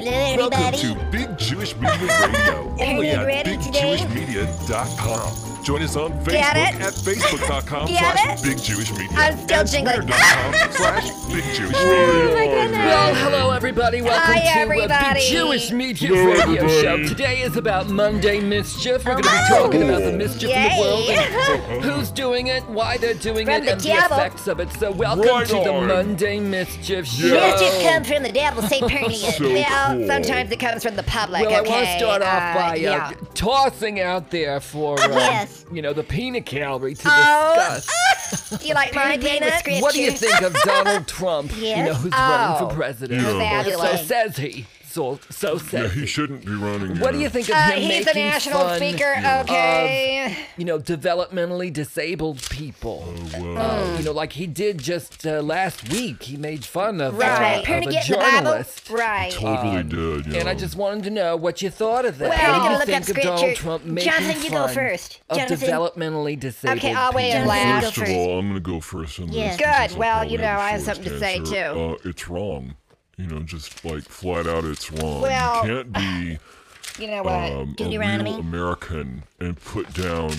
Hello, Welcome everybody. to Big Jewish Movement Radio, Are only you at ready today? bigjewishmedia.com. Join us on Facebook Get it? at facebook.com Get slash it? Big Jewish Media. I'm still and jingling. Oh twitter.com slash Big Jewish Media. Well, hello everybody. Welcome Hi, to uh, everybody. the Jewish Media Hello, Radio everybody. Show. Today is about Monday mischief. We're going to be Oh. talking about the mischief in the world, Yay. and um, who's doing it, why they're doing From it, the and devil. the effects of it. So, welcome Right to the on. Monday mischief show. Yes, it comes from the devil, St. Pernian. So well, cool. sometimes it comes from the public. Well, I okay? want to start off Uh, by uh, yeah. Oh, tossing out there for uh, Yes. you know the peanut gallery to Oh, discuss. do you like my peanut? What do you think of Donald Trump? You Yes. know who's running Oh. for president. Yeah. So Fabulous. says he. So so Yeah, says he shouldn't be running. What do you think of Uh, him he's the making national fun, speaker. Okay. you know, developmentally disabled people? Oh. Oh. Uh, you know, like he did just uh, last week. He made fun of, That's uh, right. of Appearing to a get in the Bible. journalist. Right. Totally did. You And I know. just wanted to know what you thought of that. Well, what do you I'm gonna think look of up Donald scripture. Trump making Jonathan, you go fun first. of Jonathan. developmentally disabled Okay, I'll wait people? and laugh. First of First. all, I'm going to go first on this. Yes. because Good. I'll Well, probably you know, have the I have shortest something to say, answer. too. Uh, it's wrong. You know, just like flat out, it's wrong. Well, you can't be You know what? um, a Deuteronomy. real American and put down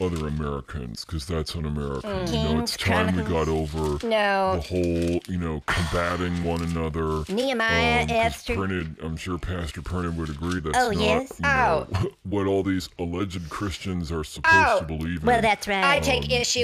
other Americans because that's un-American. You know, it's time we got over Mm. No. the whole, you know, combating one another. Nehemiah, um, 'cause Esther. Printed, I'm sure Pastor Printed would agree that's Oh, not yes? you know, what all these alleged Christians are supposed Oh, to believe in. Well, that's right. Um, I Jesus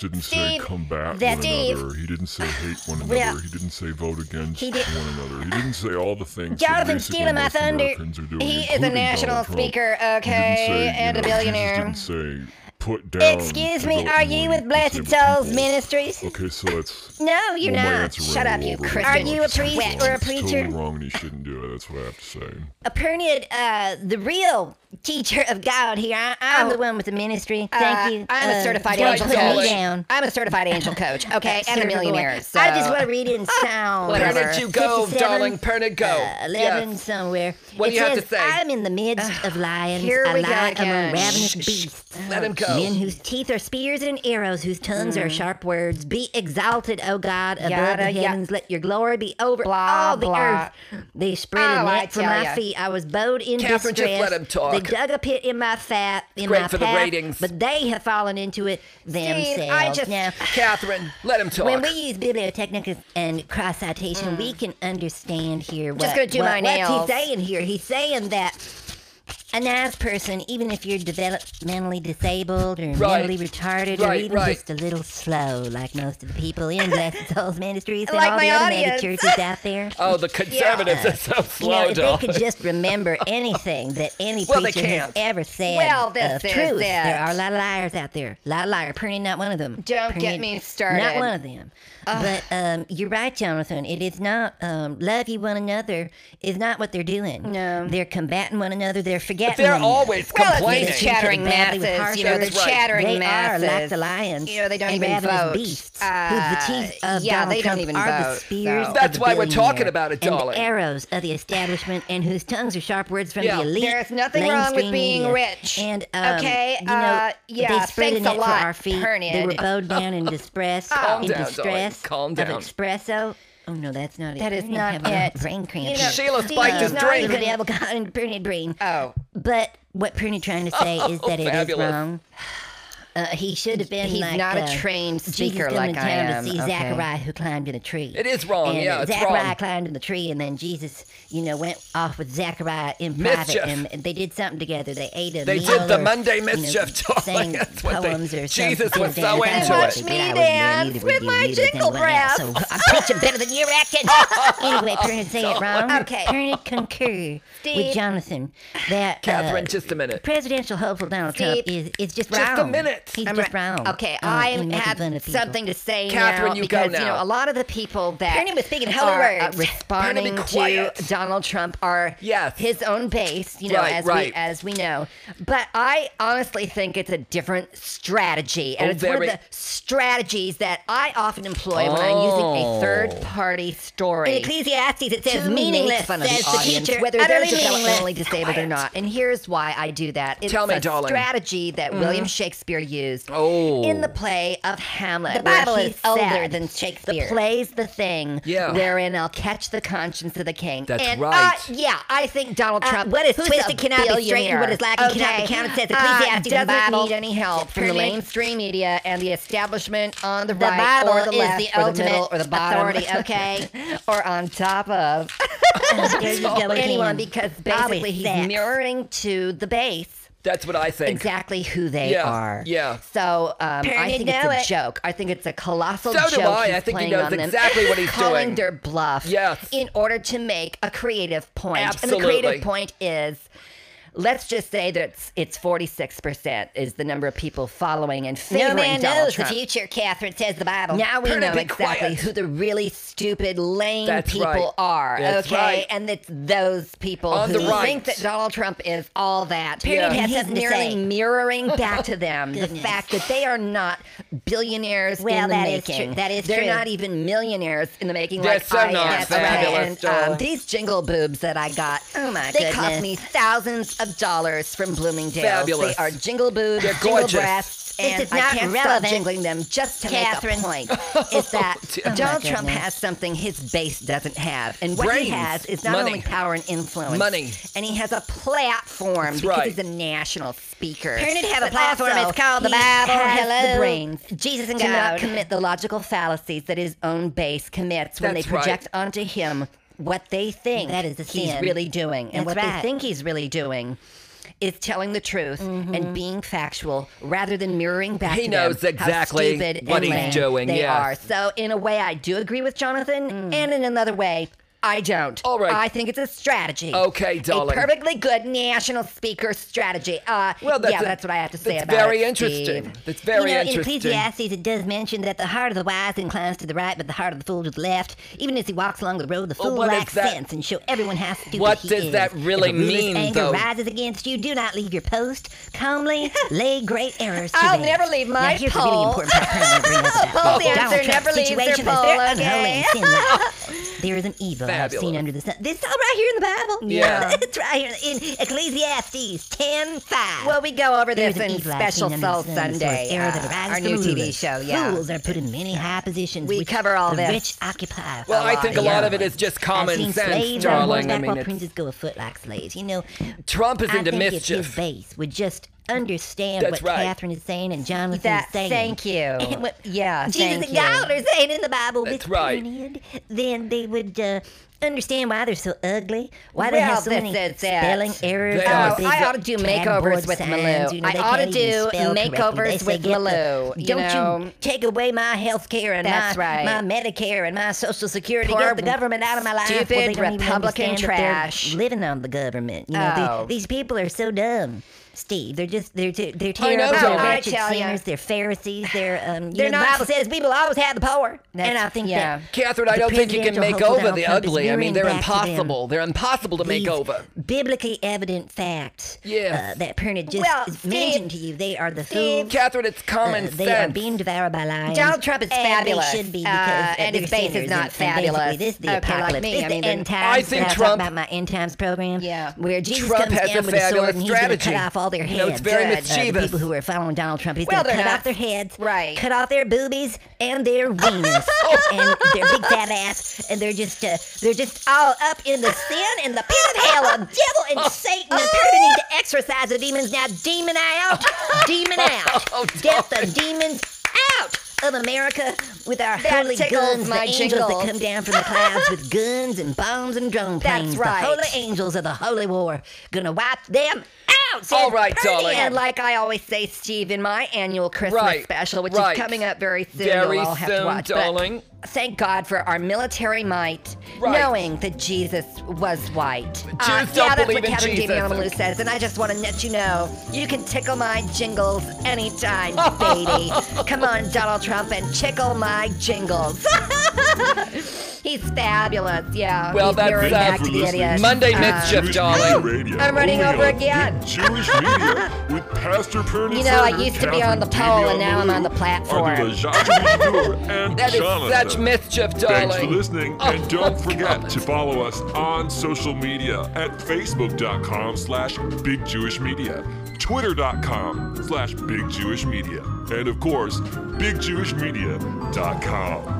didn't say combat that- one Steve. another. He didn't say hate one another. Well, he didn't say vote against he did- one another. He didn't say all the things. that Jonathan basically stealing my most thunder. Americans are doing, He is a including national Donald Trump. speaker, He didn't okay, say, you and a know, billionaire. Jesus didn't say put down. Excuse me, development are you with disabled Blessed Souls people." Ministries? Okay, so that's. No, you're well, my not. answer Shut ran up, all you over the Christian. place. Are you a It's priest wrong. or a It's preacher? Totally wrong, and he shouldn't do it. That's what I have to say. Apernid, uh, the real teacher of God here. I, I'm the one with the ministry. Thank you. Oh. I'm uh, a certified for right, angel putting me darling. coach. down. I'm a certified angel coach, okay, and a Serve the millionaire. Lord. So. I just want to read it in sound. Perna, Whatever. you go, 57, darling. Perna, go. Uh, Eleven Yes. somewhere. What it do you have says, to say? I'm in the midst of lions. Here I we go lie among again. ravenous Shh, shh, beasts. let him go. Hmm. Men whose teeth are spears and arrows, whose tongues are sharp words. Be exalted, O God, above the Yada, ya- heavens. Let your glory be over Blah, all the blah. earth. They spread Oh, a I net for tell my ya. feet. I was bowed in Catherine, just distress. let him talk. They dug a pit in my fat, in great my for the path, ratings. but they have fallen into it themselves. I just- Now, Catherine, let him talk. when we use bibliotechnicus and cross citation, we can understand here what, Mm. Just gonna do what- my what's nails. he saying here. He's saying that a nice person, even if you're developmentally disabled or Right. mentally retarded or Right, even right. just a little slow, like most of the people in Blessed Souls Ministries and Like all the my other mega audience. churches out there. oh, the conservatives Yeah. are so You slow, know, if they darling. could just remember anything that any Well, they preacher has can't. ever said Well, of this is truth, there it. are a lot of liars out there. A lot of liar. Pernie, not one of them. Don't Pernie, get me started. Not one of them. But um, you're right, Jonathan. It is not um, love you one another is not what they're doing. No. they're combating one another. They're forgetting. They're one another. always well, it's complaining. these Complaining. chattering Badly with masses, you know, harsh the words. That's right. chattering They masses. are like the lions. You know, they don't and even ravenous vote. beasts. Uh, who the teeth of yeah, Donald they don't Trump even are the vote, spears. so. of That's the why we're talking billionaire about it, and the darling. arrows of the establishment, and whose tongues are sharp words from Yeah. the elite. There's nothing wrong with mainstream being media. rich. And um, Okay, you know, uh, yeah, they spread the thanks a net for lot, our feet. They Pernod. were bowed down in distress. Calm in down, darling. distress Calm of down. espresso. Oh no, that's not it. That I is didn't not have enough it. Brain Um, cramp. know, Sheila Steve spiked his is not drink. even- Devil got in Pernod brain. Oh, But what Pruny trying to say is that it is fabulous. wrong. Uh, he should have been he's like not uh, a trained Jesus speaker come like to I town am. to see okay. Zachariah who climbed in a tree. It is wrong, And, uh, yeah, it's Zachariah wrong. climbed in the tree, and then Jesus, you know, went off with Zachariah in private, Mischief. and- and they did something together. They ate a They meal. did the or, Monday you know, mischief, darling. sang That's what they- poems or Jesus something. was so They into watched it. me They watched me dance dance with my jingle breath. breath. So I'm preaching better than you're acting. anyway, Pruny say it wrong. Okay. Pruny concur with Steve. Jonathan that Catherine, uh, just a minute. presidential hopeful Donald Trump is is just Just a wrong. minute. He's I'm just right. wrong. Okay, uh, I in making fun have of people. something to say Catherine, now you go because you now. know a lot of the people that Perna was speaking holy are, uh, words. Perna, be responding to quiet. Donald Trump are Yes. his own base, you know, Right, as right. we as we know. But I honestly think it's a different strategy, and Oh, it's very- one of the strategies that I often employ when I'm using Oh. a third party story. In Ecclesiastes, it says to make meaningless, fun of says the audience, teacher. whether they're utterly developmentally meaningless. disabled or not. And here's why I do that. It's Tell me, a darling. Mm-hmm. strategy that William Shakespeare used used Oh. in the play of Hamlet. The Bible where he is older said, than The Shakespeare." play's the thing Yeah. wherein I'll catch the conscience of the king. That's and, right. Uh, yeah, I think Donald Uh, Trump. what is who's a twisted cannot be straightened, what is lacking cannot be billionaire, counted, says uh, Ecclesiastes in the doesn't Bible. need any help from the Pretty much- mainstream media and the establishment on the, The right Bible or the is left the or the middle ultimate or the bottom, authority, okay? or on top of There you go again. anyone because Always basically he's sex. mirroring to the base That's what I think. exactly who they Yeah, are. yeah. So um, I Apparently think it's know a it. joke. I think it's a colossal So joke. do I. he's I think he playing knows on them, exactly what he's calling doing. their bluff. Yes. In order to make a creative point. And the Absolutely. creative point is. Let's just say that it's- it's forty six percent is the number of people following and favoring No man Donald knows Trump. the future, Catherine says the Bible. Now we Pretty know be exactly quiet. who the really stupid, lame That's people right. are. That's okay, right. and it's those people On who the right. think that Donald Trump is all that. Period And has he's something to merely say. mirroring back to them the Goodness. fact that they are not billionaires Well, in the that is making. true. That is They're true. not even millionaires in the making. They're like so I not am. fabulous, And, Joel. um, these jingle boobs that I got. Oh my They cost goodness. me thousands of dollars from Bloomingdale's. Fabulous. They are jingle boobs, They're jingle gorgeous. breasts, This and is I not can't stop relevant, jingling them just to Catherine. make a point. Is that dear. Donald my Trump goodness. has something his base doesn't have, and what Brains. he has is not Money. only power and influence, Money. and he has a platform That's because right. he's a national speaker. Parents have a But platform. also, It's called the he Bible. has Hello. the brains Jesus and to not God. commit the logical fallacies that his own base commits when That's they project onto him what they think That is a he's sin. really doing and That's what they right. think he's really doing. Is telling the truth and being factual rather than mirroring back Mm-hmm. He to knows them exactly how stupid what and he's lame doing, They yeah. Mm. are. So in a way, I do agree with Jonathan, and in another way, I don't. All right. I think it's a strategy. Okay, darling. A perfectly good national speaker strategy. Uh, Well, that's yeah, a- that's what I have to say that's about very it, interesting. Steve. That's very you know, interesting. in Ecclesiastes, it does mention that the heart of the wise inclines to the right, but the heart of the fool to the left. Even as he walks along the road, the Oh, fool what is lacks that? sense and show everyone how stupid What he does is. that really if a ruler's mean, anger Mm, though? rises against you, do not leave your post. Calmly lay great errors to I'll rest. never leave my now, here's a pole. really important part I'm gonna bring up about Pole the dancer Donald never Trump's leaves their situation is pole, very okay? unholy and sinless. There is an evil I've Fabulous. seen under the sun. This is all right here in the Bible. Yeah. it's right here in Ecclesiastes ten five. Well, we go over this There's an in evil Special I've seen Soul under the sun, the Sunday, sort of error that uh, arises our from new the TV rulers. show. Yeah. Fools are put in many high positions. We which cover all the this. rich occupy. Well, I lot, think a lot yeah. of it is just I've common seen sense, slaves on darling. horseback I mean, while it's- princes go afoot like slaves. You know, Trump is I into think if mischief. his base would just understand That's what right. Catherine is saying and Jonathan That, is saying. thank you. And what yeah, Jesus thank and you. God are saying in the Bible That's this right. period, then they would uh, understand why they're so ugly, why they have so Well, many this is it. spelling errors. There on is the Oh, I big ought to do cardboard makeovers with signs, Malou. you know, I they ought to can't even do spell correctly. They makeovers say, "Get with the- Malou," you Don't know. you take away my health care and That's my, right. my Medicare and my Social Security. Poor Get the government out of my life. stupid well, they don't even Republican understand that they're trash. living on the government. You know, the- Oh. these people are so dumb. Steve, they're just they're t- they're terrible. Joel. they're I wretched tell ya. sinners. They're Pharisees. They're um. You They're know, the not- Bible says people always have the poor, and That's- I think yeah. that Catherine, I the don't think you can presidential make hopeful Donald over the Trump is ugly. I mean, mirroring they're back to them impossible. They're impossible to make these over. Biblically evident facts. Yes. Uh, that Pernod just Well, Steve- mentioned to you. They are the Steve- fools. Catherine, it's common Uh, they are sense. being devoured by lions. Donald Trump is and they fabulous, should be uh, because uh, and his they're base is sinners, not and- and basically fabulous. This is the Okay, like apocalypse. me, This I is mean, the the- end times. I think Did I Trump- talk about my end times program. Yeah. where Jesus Trump comes has down a with a sword fabulous and he's going to cut strategy. off all their heads. No, it's very Uh, the mischievous. people who are following Donald Trump, he's Well, going they're to cut not. off their heads, Right. Cut off their boobies and their weenus and their big fat ass, and they're just uh, they're just all up in the sin and the pit of hell of devil and Satan. And Apparently, need to exercise the demons now. Demon out, demon out, Oh, get the demons out. Of America with our That holy tickles guns, my the angels jingles. that come down from the clouds with guns and bombs and drone That's planes. right. The holy angels of the holy war gonna wipe them out. says All right, Bernie. darling. And like I always say, Steve, in my annual Christmas Right, special, which right. is coming up very soon, Very you'll all have soon, to watch. darling. But thank God for our military might, Right. knowing that Jesus was white. Uh, don't yeah, that's believe what in Catherine Jesus. Damiano Malou says, and I just want to let you know, you can tickle my jingles anytime, baby. Come on, Donald Trump, and tickle my jingles. He's fabulous. Yeah. Well, he's that's, mirroring uh, back to the Listeners, idiot. Monday Uh, Mischief, Jewish darling. Media Radio, I'm running only on over again. Good Jewish media with Pastor Perny You know, I Sager, used to be on the Catherine pole, and now I'm on Damiano the platform. Lou, Angela Jacques and That is Jonathan. such mischief, darling. Thanks for listening, Oh, and don't my forget God. to follow us on social media at facebook.com slash bigjewishmedia, twitter.com slash bigjewishmedia, and of course, bigjewishmedia.com.